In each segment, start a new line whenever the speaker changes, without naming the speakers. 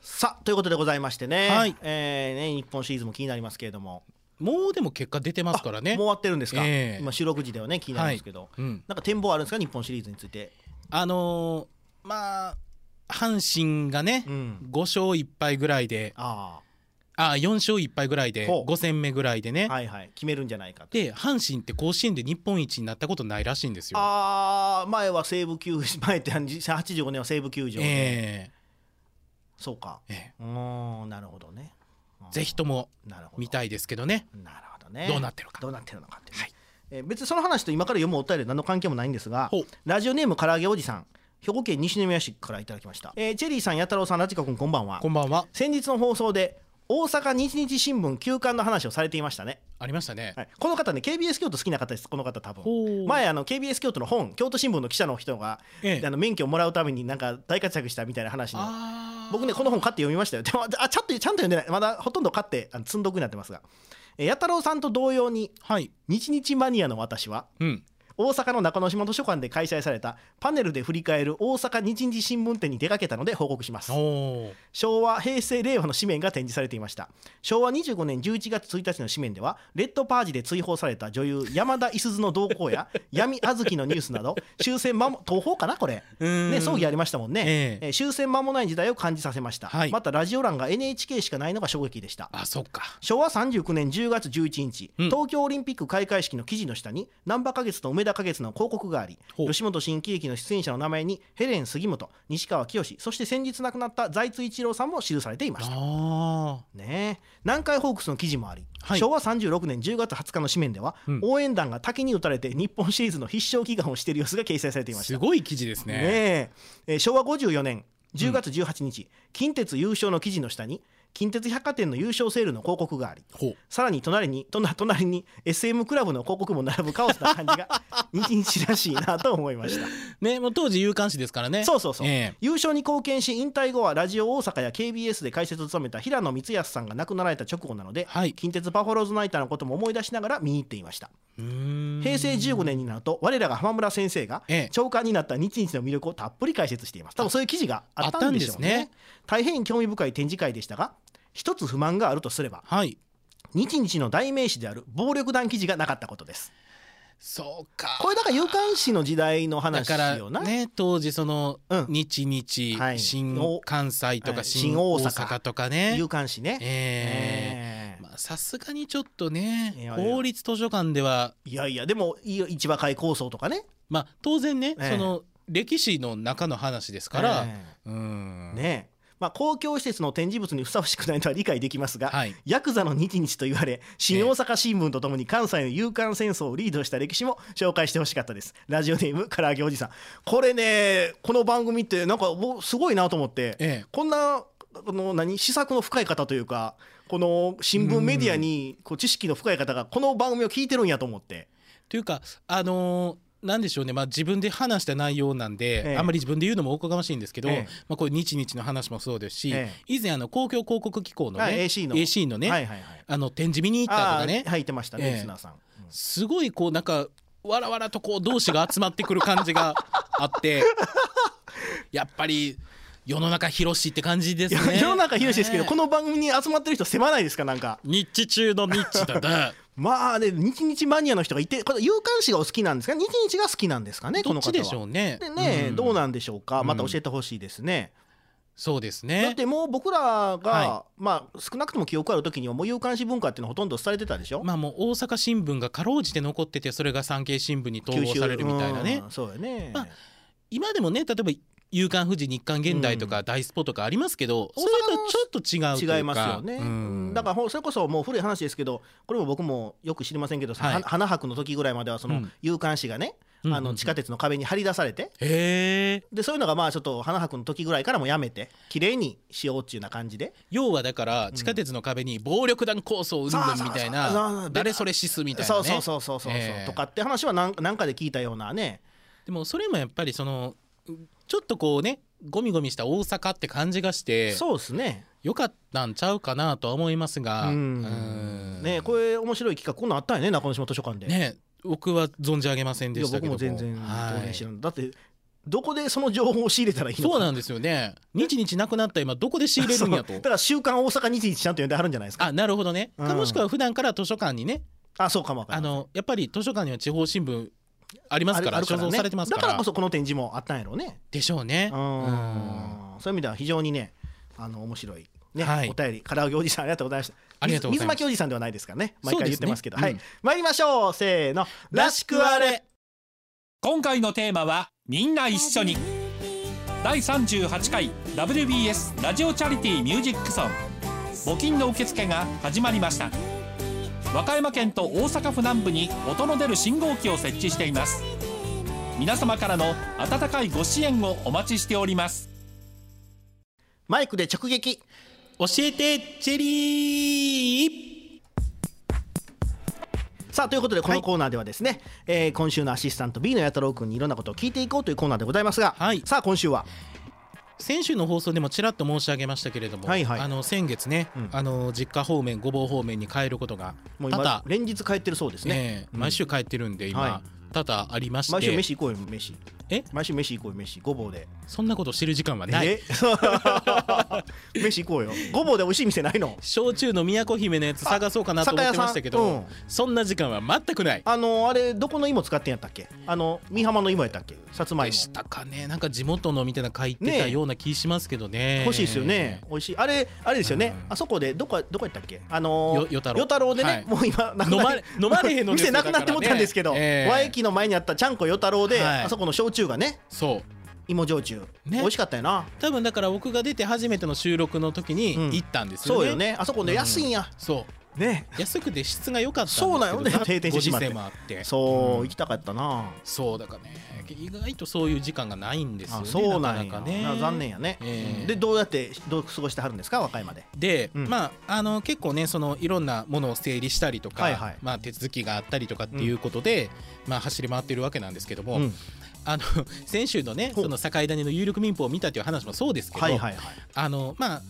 さあということでございましてね,、
はい
えーね日本シリーズも気になりますけれども
もうでも結果出てますからね
もう終わってるんですか、
ええ
今収録時ではね気になるんですけど、
はいうん
なんか展望あるんですか日本シリーズについて
あのーまあ阪神がね、
うん
5勝1敗ぐらいで
あ
あ4勝1敗ぐらいで
ほう
5戦目ぐらいでね、
あはいはい決めるんじゃないかって
で阪神って甲子園で日本一になったことないらしいんですよ。
ああ前は西武球場 前って85年は西武球場で、
え
そうか
ええ
うーんなるほどねうん
えぜひとも
なるほど
見たいですけどね。
なるほどね
どうなってるか
どうなってるのかっていうね、
はい
えー別にその話と今から読むお便りは何の関係もないんですが
ほう
ラジオネームから揚げおじさん兵庫県西宮市からいただきました、えーチェリーさん八太郎さんラジカ君こんばんは
こんばんは。
先日の放送で大阪日日新聞休刊の話をされていましたね、
ありましたね。
はい、この方ね KBS 京都好きな方ですこの方多
ほ
分
う
前あの KBS 京都の本京都新聞の記者の人が、
ええ
あの免許をもらうためになんか大活躍したみたいな話の
あー
僕ねこの本買って読みましたよでもあちゃんとちゃんと読んでないまだほとんど買ってあの積んどくになってますがえー弥太郎さんと同様に
はい。
日日マニアの私は
うん。
大阪の中之島図書館で開催されたパネルで振り返る大阪日日新聞展に出かけたので報告します
おお。
昭和平成令和の紙面が展示されていました昭和25年11月1日の紙面ではレッドパージで追放された女優山田五十の動向 や闇あずきのニュースなど終戦間も東宝かなこれ、
うーん
ね、葬儀ありましたもんね、
ええ
えー終戦間もない時代を感じさせました、
はい
またラジオ欄が NHK しかないのが衝撃でした
あそっか。
昭和39年10月11日、
うん
東京オリンピック開会式の記事の下に難波花月と梅田花月の広告があり
ほう
吉本新喜劇の出演者の名前にヘレン杉本西川きよしそして先日亡くなった財津一郎さんも記されていました。
あ
ねえ南海ホークスの記事もあり、
はい
昭和36年10月20日の紙面では、
うん
応援団が滝に打たれて日本シリーズの必勝祈願をしている様子が掲載されてい
あ。
ました
すごい記事ですね。
ねええー昭和54年10月18日、近鉄優勝の記事の下に近鉄百貨店の優勝セールの広告があり
ほう。
さらに隣に隣隣に SM クラブの広告も並ぶカオスな感 じが日日らしいなと思いました
ね、もう当時有刊誌ですからね。
そうそうそう、
ええ
優勝に貢献し引退後はラジオ大阪や KBS で解説を務めた平野光康さんが亡くなられた直後なので、
はい
近鉄バファローズナイターのことも思い出しながら見に行っていました
うーん
平成15年になると我らが浜村先生が
ええ
長官になった日日の魅力をたっぷり解説しています多分そういう記事があったんでしょうね
あったんですね
大変興味深い展示会でしたが一つ不満があるとすれば
はい。
日日の代名詞である暴力団記事がなかったことです
そうか。
これだから有刊誌の時代の
だ
話
から
よな、
ね当時その
うん
日日、
はい
新関西と
はい
か新
新
大
大阪
阪とかね
有刊誌ね、え
ええ
え
まあさすがにちょっとね
いやいや
公立図書館ではい
やいやでもいいよ市場開構想とかね
まあ当然ね、
ええ
その歴史の中の話ですから、
え
うん
えねえまあ、公共施設の展示物にふさわしくないとは理解できますが、
はい
ヤクザの日日と言われ新大阪新聞とともに関西の勇敢戦争をリードした歴史も紹介してほしかったですラジオネームから揚げおじさんこれねこの番組ってなんかもうすごいなと思って、
ええ
こんなこの何試作の深い方というかこの新聞メディアにこう知識の深い方がこの番組を聞いてるんやと思って
というかあのーなんでしょうね、まあ、自分で話した内容なんで、
ええ
あんまり自分で言うのもおこがましいんですけど、
ええ
まあ、こういう日々の話もそうですし、
え
以前あの公共広告機構のね、
はい AC の
ね、
はいはいはい
あの展示見に行ったとかね
あー入ってましたね、
ええ
リスナーさん、うん
すごいこうなんかわらわらとこう同士が集まってくる感じ があってやっぱり世の中広しって感じです
いや
ね
世の中広いですけど、
ね
この番組に集まってる人狭ないですかなんか
日中中の日中だな
まあね日日マニアの人がいてこれ有刊誌がお好きなんですか日日が好きなんですか ねこ
ど
の
っ
方は
ちでしょうね
でね、
ん
どうなんでしょうか
うん
また教えてほしいですね、
そうです
だっ
ね
てもう僕らが、
は
まあ少なくとも記憶ある時にはもう有刊誌文化っていうのはほとんど廃れてたでしょ、
まあもう大阪新聞がかろうじて残っててそれが産経新聞に統合されるみたいなね
うんそうやね、
まあ今でもね例えば夕刊富士日刊現代とか大スポとかありますけど、
うん
それとちょっと違うというか
違いますよね、
うん
だからほそれこそもう古い話ですけどこれも僕もよく知りませんけど、
はい
は花博の時ぐらいまではそうの
ん
有刊誌がね、
うん
あ
うんう
の
ん
地下鉄の壁に張り出されて、
へえ
でそういうのがまあちょっと花博の時ぐらいからもうやめて綺麗にしようっていうような感じで
要はだから地下鉄の壁に暴力団構想うんぬんみたい
そうそうそうそう
な
そう
誰それシスみたいな
そう
ね
そうそうそうそうそう、
ええ
とかって話はなんなんかで聞いたようなね
でもそれもやっぱりそのちょっとこうねゴミゴミした大阪って感じがして
そうですね
よかったんちゃうかなとは思いますが
う
うんん
ねこれ面白い企画こんなんあったんやね中之島図書館で、
ね僕は存じ上げません
い
で
や
したけ
僕
ども
も全然
は
当然
い
知らんだってどこでその情報を仕入れたらいいの
そう
か
なんですよね日々なくなった今どこで仕入れるんやと
そうだから「週刊大阪日日」ちゃんと呼んであるんじゃないですか
あなるほどね、か
うん
もしくは普段から図書館にね
あそうかもわか
あ
んない
のやっぱり図書館には地方新聞ありま
あ
す
る
か
あ
ら
る
所蔵
ね
されてます
だ
から
からこそこの展示もあったんやろうね
でしょうね
う
うん
んそういう意味では非常にねあの面白い、ね
はい
お便り唐揚げおじさんありがとうございました
ありがとうございます
水水巻おじさんではないですからね毎回言ってますけど
そうで
は
す
い
ね
参りましょうせーのらしくあれ
今回のテーマはみんな一緒に第38回 WBS ラジオチャリティーミュージックソン募金の受付が始まりました和歌山県と大阪府南部に音の出る信号機を設置しています皆様からの温かいご支援をお待ちしております
マイクで直撃
教えてチェリー
さあということでこのコーナーではですね、えー今週のアシスタント B のやたろうくんにいろんなことを聞いていこうというコーナーでございますが、
はい
さあ今週は
先週の放送でもちらっと申し上げましたけれども、
はいはい
あの先月ね、
うん
あの実家方面ごぼう方面に帰ることが
もう
多
今
々、
連日帰ってるそうですね、
ねえ毎週帰ってるんで今、
は
多々ありまして
毎週飯行こうよ飯
え
毎週飯行こうよ飯ごぼうで
そんなことしてる時間はない
え 飯行こうよごぼうで美味しい店ないの
焼酎の都姫のやつ探そうかなと思ってましたけ
あ酒屋
ど
さん
そんな時間は全くない
あのあれどこの芋使ってんやったっけあの三浜の芋やったっけさつまい
で
も
したかねなんか地元のみたいなの書いて
ね
た
え
ような気しますけどね
欲しいですよね美味しいあれあれですよね
うん
あそこでどこどこやったっけあの
よ与太郎
与太郎でね、
はい
もう今なくな
飲まれ飲まれへんので す
店
よ
なくなってもったんですけど、
だからねええ
和駅の前にあったちゃんこ与太郎で、
はい
あそこの焼酎がね
そう
芋焼酎、
ね
美味しかったよな
多分だから僕が出て初めての収録の時に
うん
行ったんですよね、
そうよねあそこね安いんや、
そう
ね
安くて質が良かったんですけど
そうなんよね
な
停電してしまって
ご時世もあって
そう、
うん
行きたかったな
そうだからね意外とそういう時間がないんですよ
あ
ね
そうなんや
かかね
な残念やね、
ええ
でどうやってどう過ごしてはるんですか和歌山で
で、
うん
まああの結構ねそのいろんなものを整理したりとか、
はいはい
まあ、手続きがあったりとかっていうことで、まあ、走り回ってるわけなんですけども、
うん
あの 先週のね
ほう
その境谷の有力民法を見たという話もそうですけど、
はいはいはい、
あのま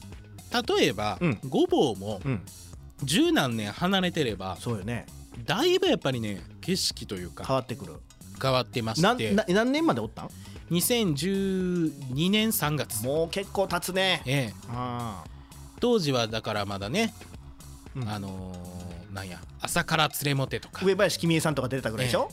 あ例えば、
うん
ごぼうも
うん、
十何年離れてれば
そうよね
だいぶやっぱりね景色という
変
か
わってくる
変わってま
な
して
な何年までおったん
2012年3月、
もう結構経つね
ええ、
あ
当時はだからまだね、
ー、うん
あのーなんや朝から連れもてとか
上林君恵さんとか出てたぐらいでしょ、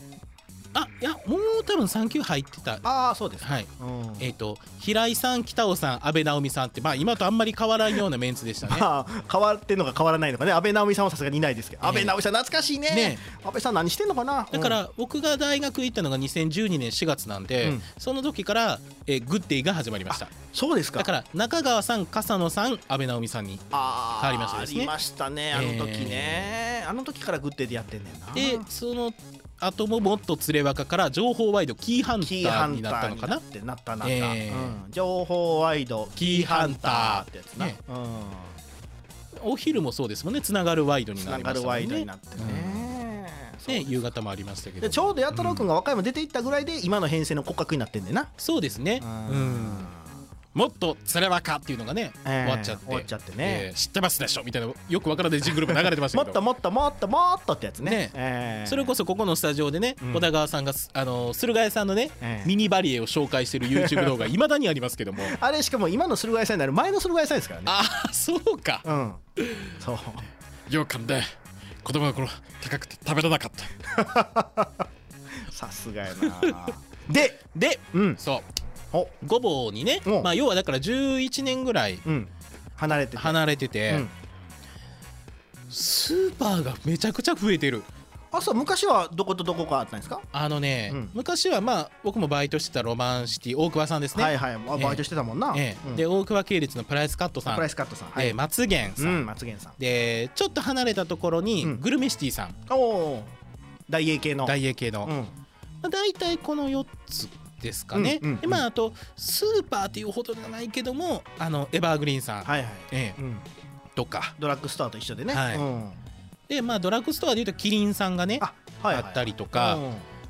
あいやもう多分3級入ってた
ああそうですか、
はい
うん
えっ、と平井さん北尾さん安倍直美さんってまあ今とあんまり変わらんようなメンツでした ね
まあ変わってんのか変わらないのかね安倍直美さんはさすがにいないですけど、
ええ
安倍直美さん懐かしいね
ね
安倍さん何してんのかな
だか
うん
ら僕が大学行ったのが2012年4月なんで、
うん
その時から、えーグッデイが始まりました
そうですか
だから中川さん笠野さん安倍直美さんに
あー
変わりましたですね
ありましたねあの時ね、あの時からグッデイでやってんねんな
でその後ももっと連れ若から情報ワイドキーハンタ
キーハ
ー
ン
に
タ
なった
ー
の
に
か
な
な
ってなったなった、
ええ
うん、情報ワイド
キーハンター
ってやつな、
ね
うん
お昼もそうですもんねつながるワイドに
つ
な
な
り
が
まし
る
たも
ワ
ん
イドに
ね
なってね、そう
ね夕方もありましたけど
でちょうど八太郎君が和歌山出ていったぐらいで今の編成の骨格になってんでな、
そうですねうんもっとつれわかっていうのがね、
えー
終わっちゃって
終わっちゃってね
えー知ってますでしょみたいなよくわからないジングルも流れてまし
も
た
っ
け
と
ど
もっともっともっとってやつね
ね
えー
それこそここのスタジオでね、
うん
小田川さんがすあの駿河屋さんのね、
ええ
ミニバリエを紹介してる YouTube 動画いまだにあります けども
あれしかも今の駿河屋さんになる前の駿河屋さんですからね
ああそうか
うんそう
ようかんで子供の頃高くて食べれなかった
さすがやなで
で
うん
そう
お
ごぼうにね
うん、
まあ、要はだから11年ぐらい
うん離れてて
離れてて、
うん
スーパーがめちゃくちゃ増えてる
あそう昔はどことどこかあったんですか
あのね、
うん
昔はまあ僕もバイトしてたロマンシティ大桑さんですね、
はいはいあバイトしてたもんな
ええ
うん
で大桑系列のプライスカットさん
プライスカットさんは
で
い
松源
う
さん、
ん松源さん
でちょっと離れたところに、
うん
グルメシティさん
おおー大英系の
大英系の、
うん
まあ、大体この4つですかね、
うんうん
でまああとスーパーっていうほどじゃないけどもあのエバーグリーンさん、
はいはい
ええ
うん
とか
ドラッグストアと一緒でね
はい
うん
でまあドラッグストアでいうとキリンさんがね
あはいはい
あったりとか
うん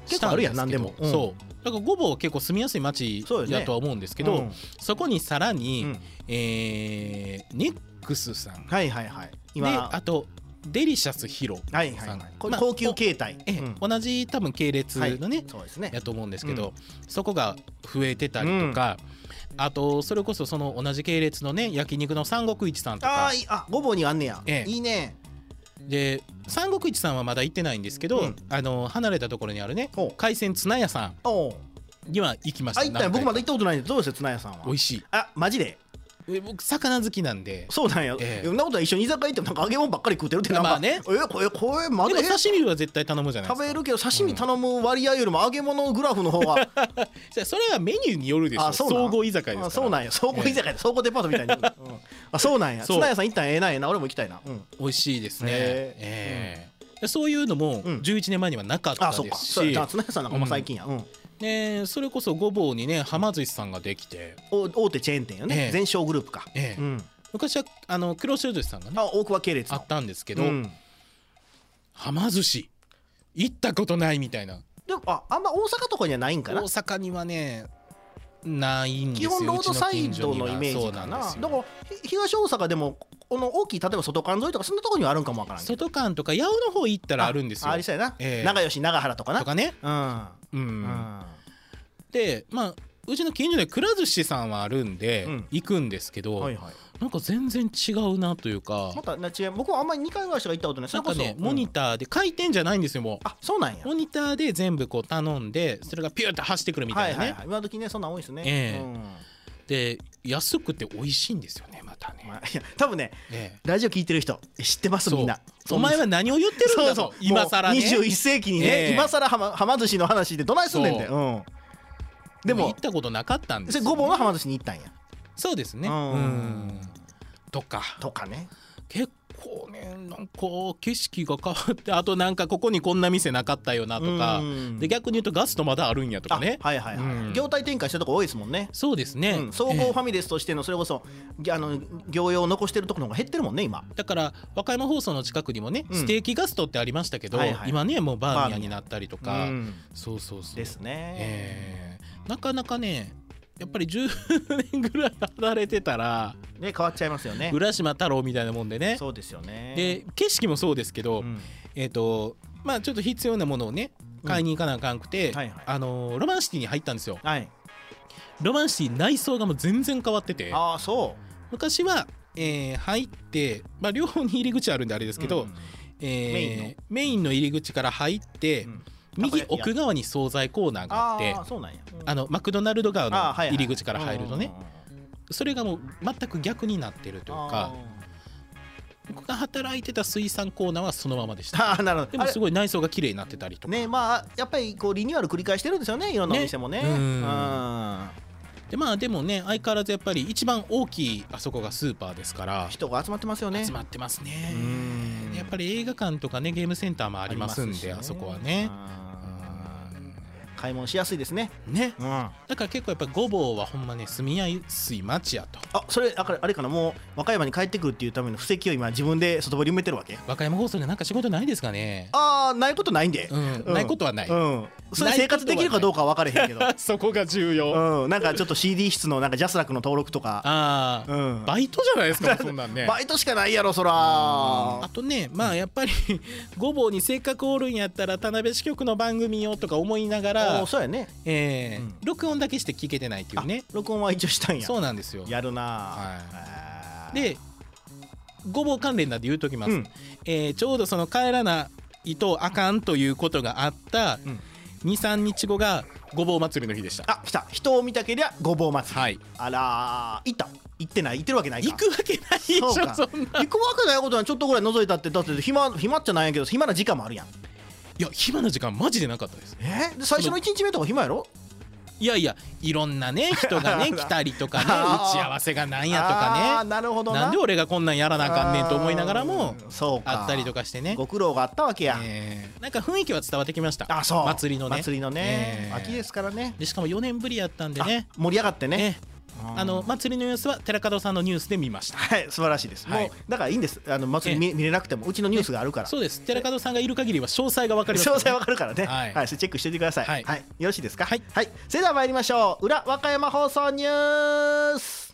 結構
した
あ
ん
る
で
や
す
ん
けど
何でもうん
そうだからごぼう結構住みやすい町
そうよね
だとは思うんですけどそ,、
うん
こにさらに、
うん
えーネックスさん
はいはいはい
で
今
あとデリシャスヒロ
はいはい
さん、
はいこれ
まあ
高級形態
おええ
うん
同じ多分系列
はい
のね、
そうですね
やと思うんですけど、そこが増えてたりとか、あとそれこそその同じ系列のね焼肉の三国一さんと
あ
か
ーいいあごぼうにはあんねや
ええ
いいね
で三国一さんはまだ行ってないんですけど、
うん
あの離れたところにあるね
ほう
海鮮つなやさ
おう
んには行きました
あ行ったんや僕ま
何
だ行っ
回か
たことないんでどうですよ綱屋さんは
美味しい
あマジで
え僕魚好きなんで
そうなんや、
ええ
そんなことは一緒に居酒屋行ってもなんか揚げ物ばっかり食うてるってなんか、
まあ
え
ね
これこれま
で
だ
も刺身は絶対頼むじゃないで
食
すか
べるけど刺身頼む割合よりも揚げ物グラフの方が
じゃあそれはメニューによるでしょ
あそうなん
総合居酒屋ですから
あそうなんや倉庫居酒屋で倉庫デパートみたい に、うんあそうなんや
そう
綱屋さん行ったんやええなええな俺も行きたいな、うん
美味しいですね
へえ
ええでそういうのも
うん
11年前にはなかった
あ
で
そっか
す
そう
し、
やじゃあ綱屋さんなんかも最近や、うん
ねそれこそごぼうにねはま寿司さんができて、
お大手チェーン店よ
え
ね
え
全商グループか、
ええ
うん、
昔はあの黒潮寿司さんがね
あ大桑系列
あ
の
ったんですけど、
うん
はま寿司行ったことないみたいな
でもああんま大阪とかにはないんかな
大阪にはねないんです
基
よ
本ロードサイドのイメー
う
ジか
ち近所には
な
そうなんですよ
だからひ東大阪でもこの大きい例えば外関沿いとかそんなとこにはあるんかもわからんけど
外館とか八尾の方行ったらあるんですよ
ありそうやな、
ええ
仲良し長原とかな
とかね、うん
うん、うん
でまあうちの近所でくら寿司さんはあるんで、
うん
行くんですけど、
はいはい
なんか全然違うなというか
またね違う僕はあんまり2回ぐらいしか行ったことないそ
な
れ
んか
こそ、
ねモニ
うん
ターで回転じゃないんですよも
あそうなんや
うモニターで全部こう頼んでそれがピューって走ってくるみたいなね、
はいはいはい、今時ねそんなん多いですね、
ええ
うん
で安くて美味しいんですよねまたね、
まあ、いや多分ね
ええ
ラジオ聞いてる人知ってます
そう
みんな
お前は何を言ってるん
そ
だと
うそう
今更ね
もう21世紀にね、
ええ
今更はまはま寿司の話でどないすんねんで、
そ
うん、で
でも行
も
ったことなかったんです
そ
よ
れごぼうははま寿司に行ったんや
そうですね
う
うんんとか
とかね
結構ねなんか景色が変わってあとなんかここにこんな店なかったよなとか
うん
で逆に言うとガストまだあるんやとかね
あはいはいはい、
うん
業態展開してるとこ多いですもんね
そうですね、
うん、総
え
合
え
ファミレスとしてのそれこそぎあの業用を残してるところの方が減ってるもんね今
だから和歌山放送の近くにもね、
うん
ステーキガストってありましたけど、
はいはい
今ねもうバーミヤンになったりとか、
うん
そうそうそう
ですね、
ええなかなかねやっぱり10年ぐらい離れてたら
ね変わっちゃいますよね
浦島太郎みたいなもんでね
そうですよね
で景色もそうですけど、
うん
えっ、とまあちょっと必要なものをね買いに行かなあかんくて、
うんはいはい
あのーロマンシティに入ったんですよ
はい
ロマンシティ内装がもう全然変わってて
ああそう
昔は、えー入って、まあ、両方に入り口あるんであれですけど、
うん
え
メインの
ーメインの入り口から入って、
うん
右奥側に惣菜コーナーがあ
あ
って
あそうなんや、うん
あのマクドナルド側の
あーはいはい
入り口から入るとね
うんうんうん
それがもう全く逆になってるというか僕が働いてた水産コーナーはそのままでし
あ
た
ー あーなるほど
でも
あれ
すごい内装が綺麗になってたりとか、
ねまあやっぱりこうリニューアル繰り返してるんですよねいろんなお店もね
ねうん
うん
でまあでもね相変わらずやっぱり一番大きいあそこがスーパーですから
人が集まってますよね
集まってますね
うん
やっぱり映画館とかねゲームセンターもありますん
し
で
ね
あそこはね
うん買い物しやすいですね
ね
うんあ
だから結構やっぱごぼうはほんまね住みやすい町やと
それあかあれかなもう和歌山に帰ってくるっていうための布石を今自分で外堀埋めてるわけ
和歌山放送でなんか仕事ないですかね
ああないことないんで、
うん、
うん
ないことはない、
うんそれ生活できるかどうかは分からへんけど
そこが重要、あ
うん、なんかちょっと CD 室のなんかジャスラックの登録とか、
あー、
うん、
バイトじゃないですかもうそんなんね
バイトしかないやろそら
あとねまあやっぱりごぼうにせっかくおるんやったら田辺支局の番組をとか思いなが
あ
ら
ー、そうやね
え
う
ー
ん
録音だけして聞けてないっていうね
あ録音は一応したんや
そうなんですよ
やるなあ
でごぼう関連なんで言うときます、
うん
えーちょうどその帰らないとあかんということがあった
うん
23日後がごぼう祭りの日でした
あ来た人を見たけりゃごぼう祭り、
はい
あらー行った行ってない行ってるわけないか
行くわけないでしょ
そう
そ
か
んな
行くわけないことはちょっとぐらい覗いたってだって暇暇っちゃないんやけど暇な時間もあるやん
いや暇な時間マジでなかったです
えで最初の1日目とか暇やろ
いやいやいろんなね人 がね来たりとかね
あー
打ち合わせがなんやと
あ
か
あー
ね
なるほどな
なんで俺がこんなんやらなあかんねんと思いながら
あ
も
ーそうか
あったりとかしてね
ご苦労があったわけや、
えーなんか雰囲気は伝わってきました
あそう
祭りのね
祭りのね、
えー
秋ですからね
でしかも4年ぶりやったんでね
あ盛り上がってね、
ええあの祭りの様子は寺門さんのニュースで見ました。
はい素晴らしいです、
はい
もうだからいいんですあの祭り見,、見れなくてもうちのニュースがあるから、
そうです。寺門さんがいる限りは詳細がわかります、
詳細わかるからね、
は
はいい、それチェックしておいてください、
は
はいい、よろしいですか、
はい
それでは参りましょう、裏和歌山放送ニュース。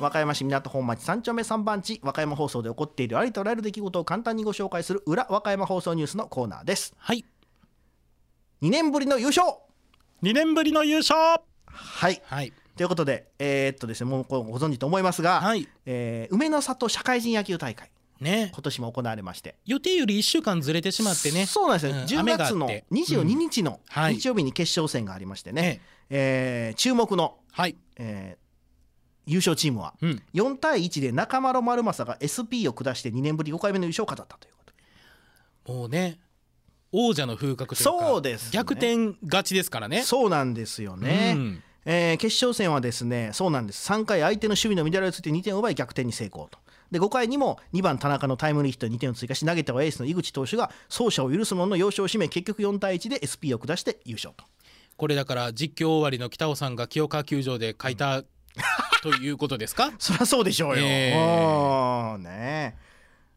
和歌山市港本町三丁目三番地和歌山放送で起こっているありとあらゆる出来事を簡単にご紹介する裏和歌山放送ニュースのコーナーです
はい
2年ぶりの優勝
2年ぶりの優勝
はい
はい
ということでえーっとですねもうこうご存知と思いますが、
はい
えー梅の里社会人野球大会
ね
今年も行われまして
予定より1週間ずれてしまってね
そうなんですよ、
うん
10
雨があっ
月
て
の22日の
うんはい
日曜日に決勝戦がありましてね、
ね
えー注目の、
はい
えー優勝チームは
うん
4対1で中丸丸政が SP を下して2年ぶり5回目の優勝を飾ったということで
もうね王者の風格というか
そうですね
逆転勝ちですからね
そうなんですよね、
うん
えー決勝戦はですねそうなんです3回相手の守備の乱れをついて2点を奪い逆転に成功とで5回にも2番田中のタイムリーヒットに2点を追加し投げてはエースの井口投手が走者を許すものの要所を締め結局4対1で SP を下して優勝と
これだから実況終わりの北尾さんが清川球場で書いた、ということで すか
そりゃそうでしょうよ、
ええ
おーねえ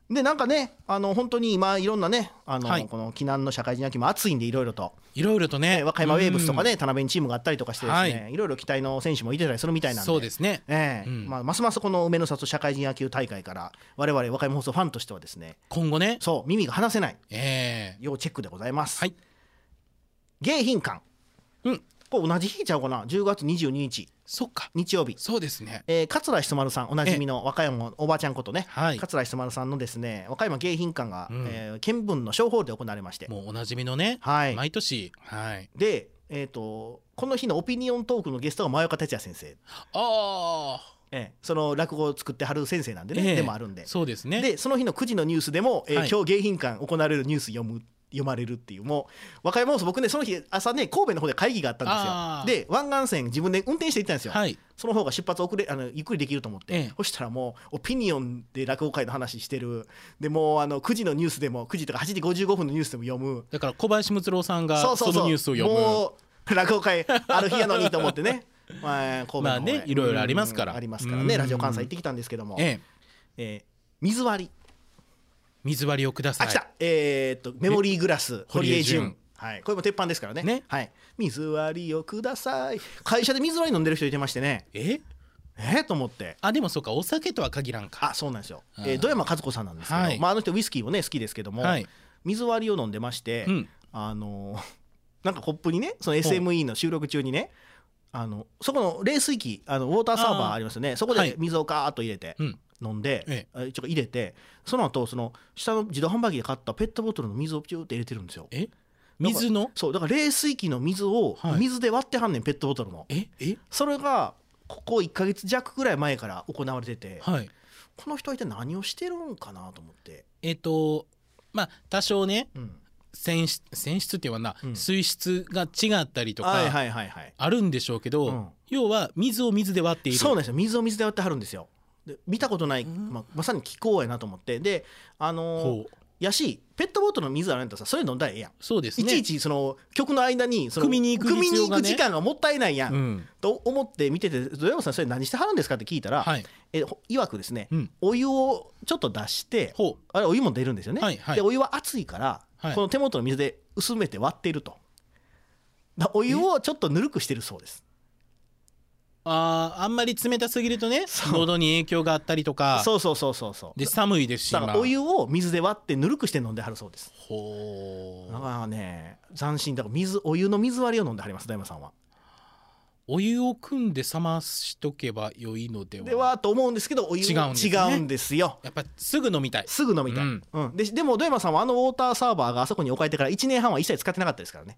でなんかねあの本当に今いろんなねあの、
はい
この避難の社会人野球も熱いんでいろいろと
いろいろとね
和歌山ウェーブスとかね、田辺にチームがあったりとかしてですね、、
はい
ろいろ期待の選手もいてたりするみた
う
い
ん
なんで
そうですね
ええ
うん
まあ、ますますこの梅の里社会人野球大会から我々和歌山放送ファンとしてはですね
今後ね
そう耳が離せない
ええ
要チェックでございます、
はい
迎賓館、
うん、
これ同じ日ちゃうかな10月22日
そっか
日曜日、
そうですね
えー、桂ひとまるさんおなじみの和歌山のおばあちゃんことね、
はい
桂ひとまるさんのですね和歌山迎賓館が、
うん
えー県分の小ホールで行われまして
もうおなじみのね、
はい
毎年はい
でえっ、とこの日のオピニオントークのゲストが前岡哲也先生、
あ
ええその落語を作ってはる先生なんで
ー、
ね、
ええ
でもあるんで
そうですね
でその日の9時のニュースでも、えー
はい
今日迎賓館行われるニュース読む読まれるっていうもう和歌山放送僕ねその日朝ね神戸の方で会議があった
あ
ん
ー
ですよで湾岸線自分で運転して行ったんですよ、
はい
その方が出発遅れあのゆっくりできると思って、
ええ
そしたらもうオピニオンで落語会の話してるでもうあの9時のニュースでも9時とか8時55分のニュースでも読む
だから小林睦郎さん
そ
が
うそ
そう
そう
のニュースを読む
もう落語会ある日やのにと思ってね まあ神戸の方へ
まあねいろいろありますから
うんありますからね
うん
ラジオ関西行ってきたんですけども、
ええ
えー水割り
水割りをくださ
あ
い
来た、えーっとメモリーグラス堀
堀江
江
純
純はいこれも鉄板ですからね
ね
はい水割りをください会社で水割り飲んでる人いてましてね
え
えー、と思って
あでもそうかお酒とは限らんか
あそうなんですよ、
うん
えー、土山和子さんなんですけど、
はい
まあ、あの人ウイスキーをね好きですけども、
はい
水割りを飲んでまして、
うん
あのー なんかコップにねその SME の収録中にねあのそこの冷水器あのウォーターサーバーありますよねそこ
は
で
い
水をガーッと入れて、
うん
飲んで、
え
あちょっと入れてその後その下の自動販売機で買ったペットボトルの水をピューって入れてるんですよ
え水の
そうだから冷水器の水を
はい
水で割ってはんねん、ペットボトルの
ええ
それがここ1か月弱ぐらい前から行われてて
はい
この人は一体何をしてるんかなと思って、
えっ、とまあ多少ね
うん、
泉質泉質って言わんな、
うん
水質が違ったりとか、
はいはいはいはい
あるんでしょうけど、
うん
要は水を水で割っている
そうなんですよ水を水で割ってはるんですよで見たことない、
うん
まあ、まさに気候やなと思ってであのー
ほう
やしペットボトルの水あるんやったらさそれ飲んだらええやん
そうです
い
ね
ちいちその曲の間にその
汲みに行く
汲み
必
に
要
行
が
く
ね
時間がもったいないやん、
うん
と思って見てて土山さんそれ何してはるんですかって聞いたら、
はい
えほいわくですね、
うん
お湯をちょっと出して
ほう
あれお湯も出るんですよね、
はいはい
でお湯は熱いから、
はい
この手元の水で薄めて割っているとだお湯をちょっとぬるくしてるそうです
あーあんまり冷たすぎるとね
そう
喉に影響があったりとか
そうそうそうそうそう
で寒いですし
だから
今
お湯を水で割ってぬるくして飲んではるそうです
ほ
なか
う
なかね斬新だから水お湯の水割りを飲んではります大山さんは
お湯を汲んで冷ましとけば良いのでは
ではと思うんですけどお湯
違うんですね
違うんですよ
やっぱすぐ飲みたい
すぐ飲みたい、う
うんん
ででも土山さんはあのウォーターサーバーがあそこに置かれてから1年半は一切使ってなかったですからね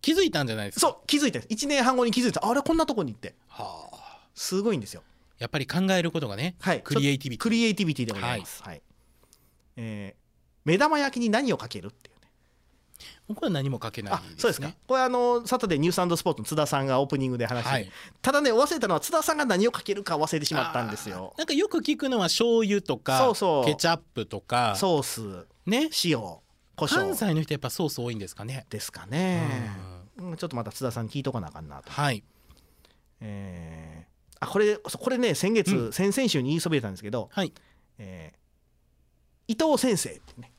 気づいたんじゃないですか
そう気づいたんです1年半後に気づいたあれこんなとこに行って
はあ
すごいんですよ
やっぱり考えることがね、
はい
クリエイティビテ
ク
ィ
リエイティビティでございます、はいえー目玉焼きに何をかけるっていうね
僕は何も書けない
あそうですか
ね
これあのサタデーニューススポーツの津田さんがオープニングで話して、
はい
ただね忘れたのは津田さんが何をかけるか忘れてしまったんですよ
あーなんかよく聞くのは醤油とか
そうそう
ケチャップとか
ソース
ね
塩胡
関
椒
西の人やっぱソース多いんですかね、
ですかね
うん
うんちょっとまた津田さんに聞いとかなあかんなと
はい
えーあこれそうこれね先月、
う
先々週に言いそびれたんですけど、
はい
えー伊藤先生ってね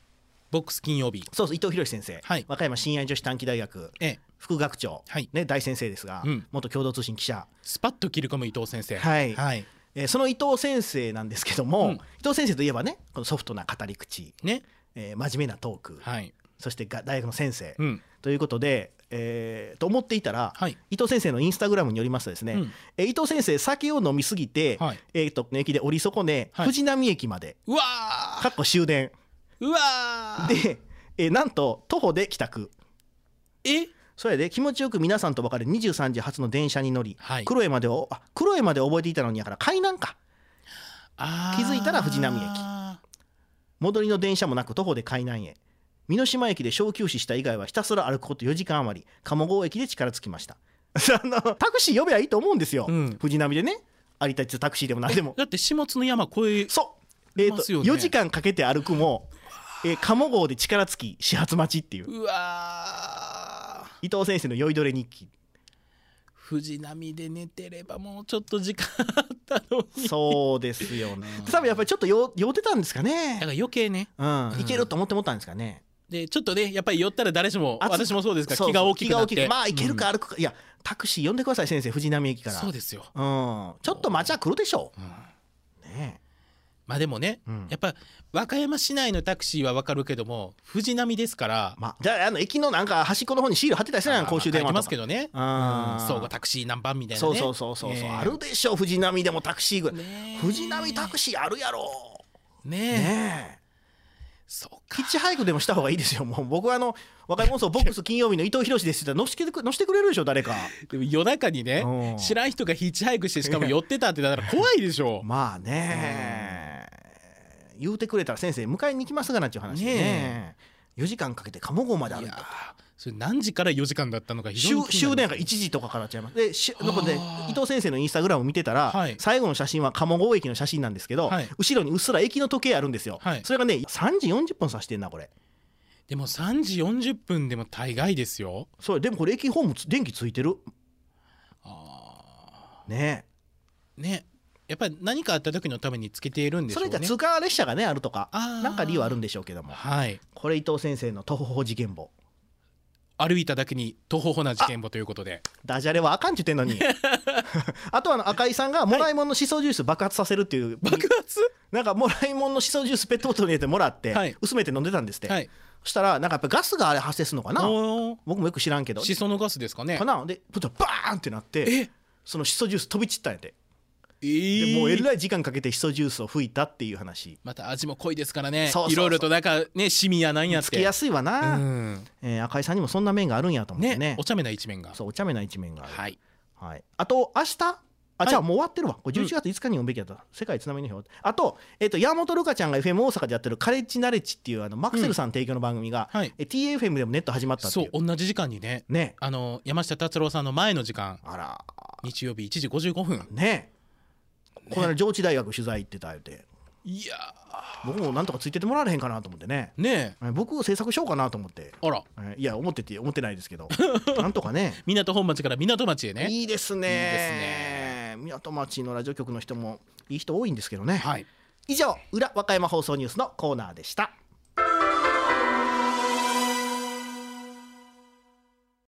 ボックス金曜日
そうそう伊藤博先生、
はい
和歌山親愛女子短期大学
ええ
副学長、
はい
ね、大先生ですが、
うん
元共同通信記者
スパッと切り込む伊藤先生
はい
はい
えーその伊藤先生なんですけども、
うん
伊藤先生といえばねこのソフトな語り口、
ね
えー真面目なトーク、
はい
そしてが大学の先生、
うん
ということで、えーと思っていたら、
はい
伊藤先生のインスタグラムによりますとですね、
うん
えー伊藤先生酒を飲みすぎて、
はい
えーと駅で降り損ね、
はい
藤波駅まで
うわー
かっこ終電
うわー
で、えーなんと徒歩で帰宅
え
それで気持ちよく皆さんと別れ23時発の電車に乗り、
はい
黒江までをあ黒江まで覚えていたのにやから海南か
あー
気づいたら藤波駅戻りの電車もなく徒歩で海南へ美濃島駅で小休止した以外はひたすら歩くこと4時間余り鴨郷駅で力尽きました あのタクシー呼べばいいと思うんですよ、
うん
藤波でね有田タクシーでも何でも
だって下津の山越 え
そう、えー
い
と
ますよね
4時間かけて歩くも、えー鴨郷で力尽き始発待ちっていう
うわー
伊藤先生の酔いどれ日記
藤波で寝てればもうちょっと時間あったのに
そうですよね
うん
で 多分やっぱりちょっと酔酔ってたんですか
だか
ね
ら余計ね
うん
うん
いけると思って思ったんですかね
でちょっとねやっぱり寄ったら誰しも
あつ
私もそうですから
そうそう
気が大きくなって
気がまあいけるか歩くか、いやタクシー呼んでください先生藤波駅
う
か
ん
ら
そうですよ、
うん、ちょっと街は来るでしょ
うん
う。ね
まあでもね、
うん
やっぱ和歌山市内のタクシーはわかるけども藤波ですから、
まあ、じゃあ、あの駅のなんか端っこの方にシール貼ってたりするやん、
まあ
公衆電話
書いて
と
ます
か
け。どね、
あー
そうタクシー何番みたいな
そ
ね
うそうそうそうそう、
ええ
あるでしょ藤波でもタクシーぐらい、
ねえ
藤波タクシーあるやろ
ね
ね
え
え
そう
ヒ
か
ッチハイクでもした方がいいですよもう僕はあの若い者層ボックス金曜日の伊藤博ですって言ったら乗せてく乗せてくれるでしょ誰か
でも夜中にね
うん
知らん人がヒッチハイクしてしかも寄ってたってなったら怖いでしょ
まあね言うてくれたら先生迎えに行きますがなっちゅう話でね
ね
4時間かけて鴨郷まで歩
い
い
や
た
ーそれ何時から4時間だったのか非常
終
に気
終
にな
電
る
が1時とかからちゃいますでし
あー
のこで伊藤先生のインスタグラム見てたら、
はい
最後の写真は鴨郷駅の写真なんですけど、
はい
後ろにうっすら駅の時計あるんですよ、
はい
それがね3時40分指してんなこれ
でも3時40分でも大概ですよ
それでもこれ駅ホームつ電気ついてる
あ
ね
ーねやっぱり何かあった時のためにつけているんでし
そ
ょう
れ
ね
か通過列車がねあるとか
あー
なんか理由あるんでしょうけども
はい
これ伊藤先生の徒歩法事件簿
歩いただけに徒歩ほな事件簿ということで
ダジャレはあかんちゅってんの にあとはあの赤井さんがもらいもんのしそジュース爆発させるっていう、
爆発
なんかもらいもんのしそジュースペットボトルに入れてもらって、
はい
薄めて飲んでたんですって、
はい
そしたらなんかやっぱガスがあれ発生するのかな
おー
僕もよく知らんけど
シソのガスですかね
かなでプッとバーンってなって
え
そのシソジュース飛び散ったんやて
え
でもうえ
ー
らい時間かけてシソジュースを吹いたっていう話
また味も濃いですからね
そうそうそう
いろいろとなんかねシミやなんやって
つきやすいわ
う
な、
ん
えー赤井さんにもそんな面があるんやと思って
ね
ね
お茶目な一面が
そうお茶目な一面がある、はい
はい
あと明日あ、
い
じゃあもう終わってるわ。これ11月5日に読むべきだった。世界津波の日。あと、えっと、山本ルカちゃんが FM 大阪でやってるカレッジナレッジっていうあのマクセルさん提供の番組が、
はい
え TFM でもネット始まったって
そ
いうう。
同じ時間にね
ね。
あの山下達郎さんの前の時間
あら、
日曜日1時55分
ねこの間上智大学取材行ってた言うて
いや
僕もなんとかついててもらわれへんかなと思ってね
ーね
え僕制作しようかなと思って
えあら
えいや思ってて思ってないですけ どなんとかね
港本町から港町へね
いいですね
いいです
港町のラジオ局の人もいい人多いんですけどね、
はい
以上裏和歌山放送ニュースのコーナーでした